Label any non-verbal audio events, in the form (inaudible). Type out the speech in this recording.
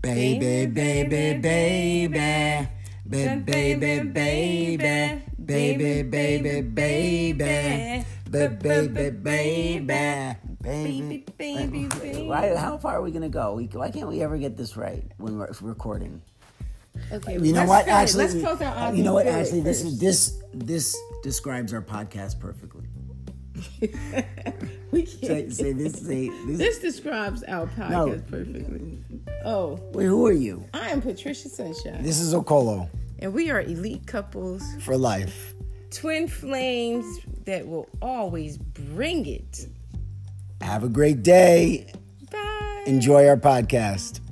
Baby, baby, baby. Ba- Baby, baby. Baby, baby, baby. Ba- Baby, baby. Baby, Baby, baby, baby. Why, how far are we going to go? We, why can't we ever get this right when we're recording? Okay, You know let's what? finish. Actually, let's close out. Ozzy you know what? Spirit Actually, this is first. this this describes our podcast (laughs) perfectly. (laughs) We can't- Say, say this. Say this. This describes our podcast No. perfectly. Oh, Wait, who are you? I am Patricia Sunshine, This is Okolo and we are elite couples, for life. twin flames that will always bring it. Have a great day. Bye. Enjoy our podcast.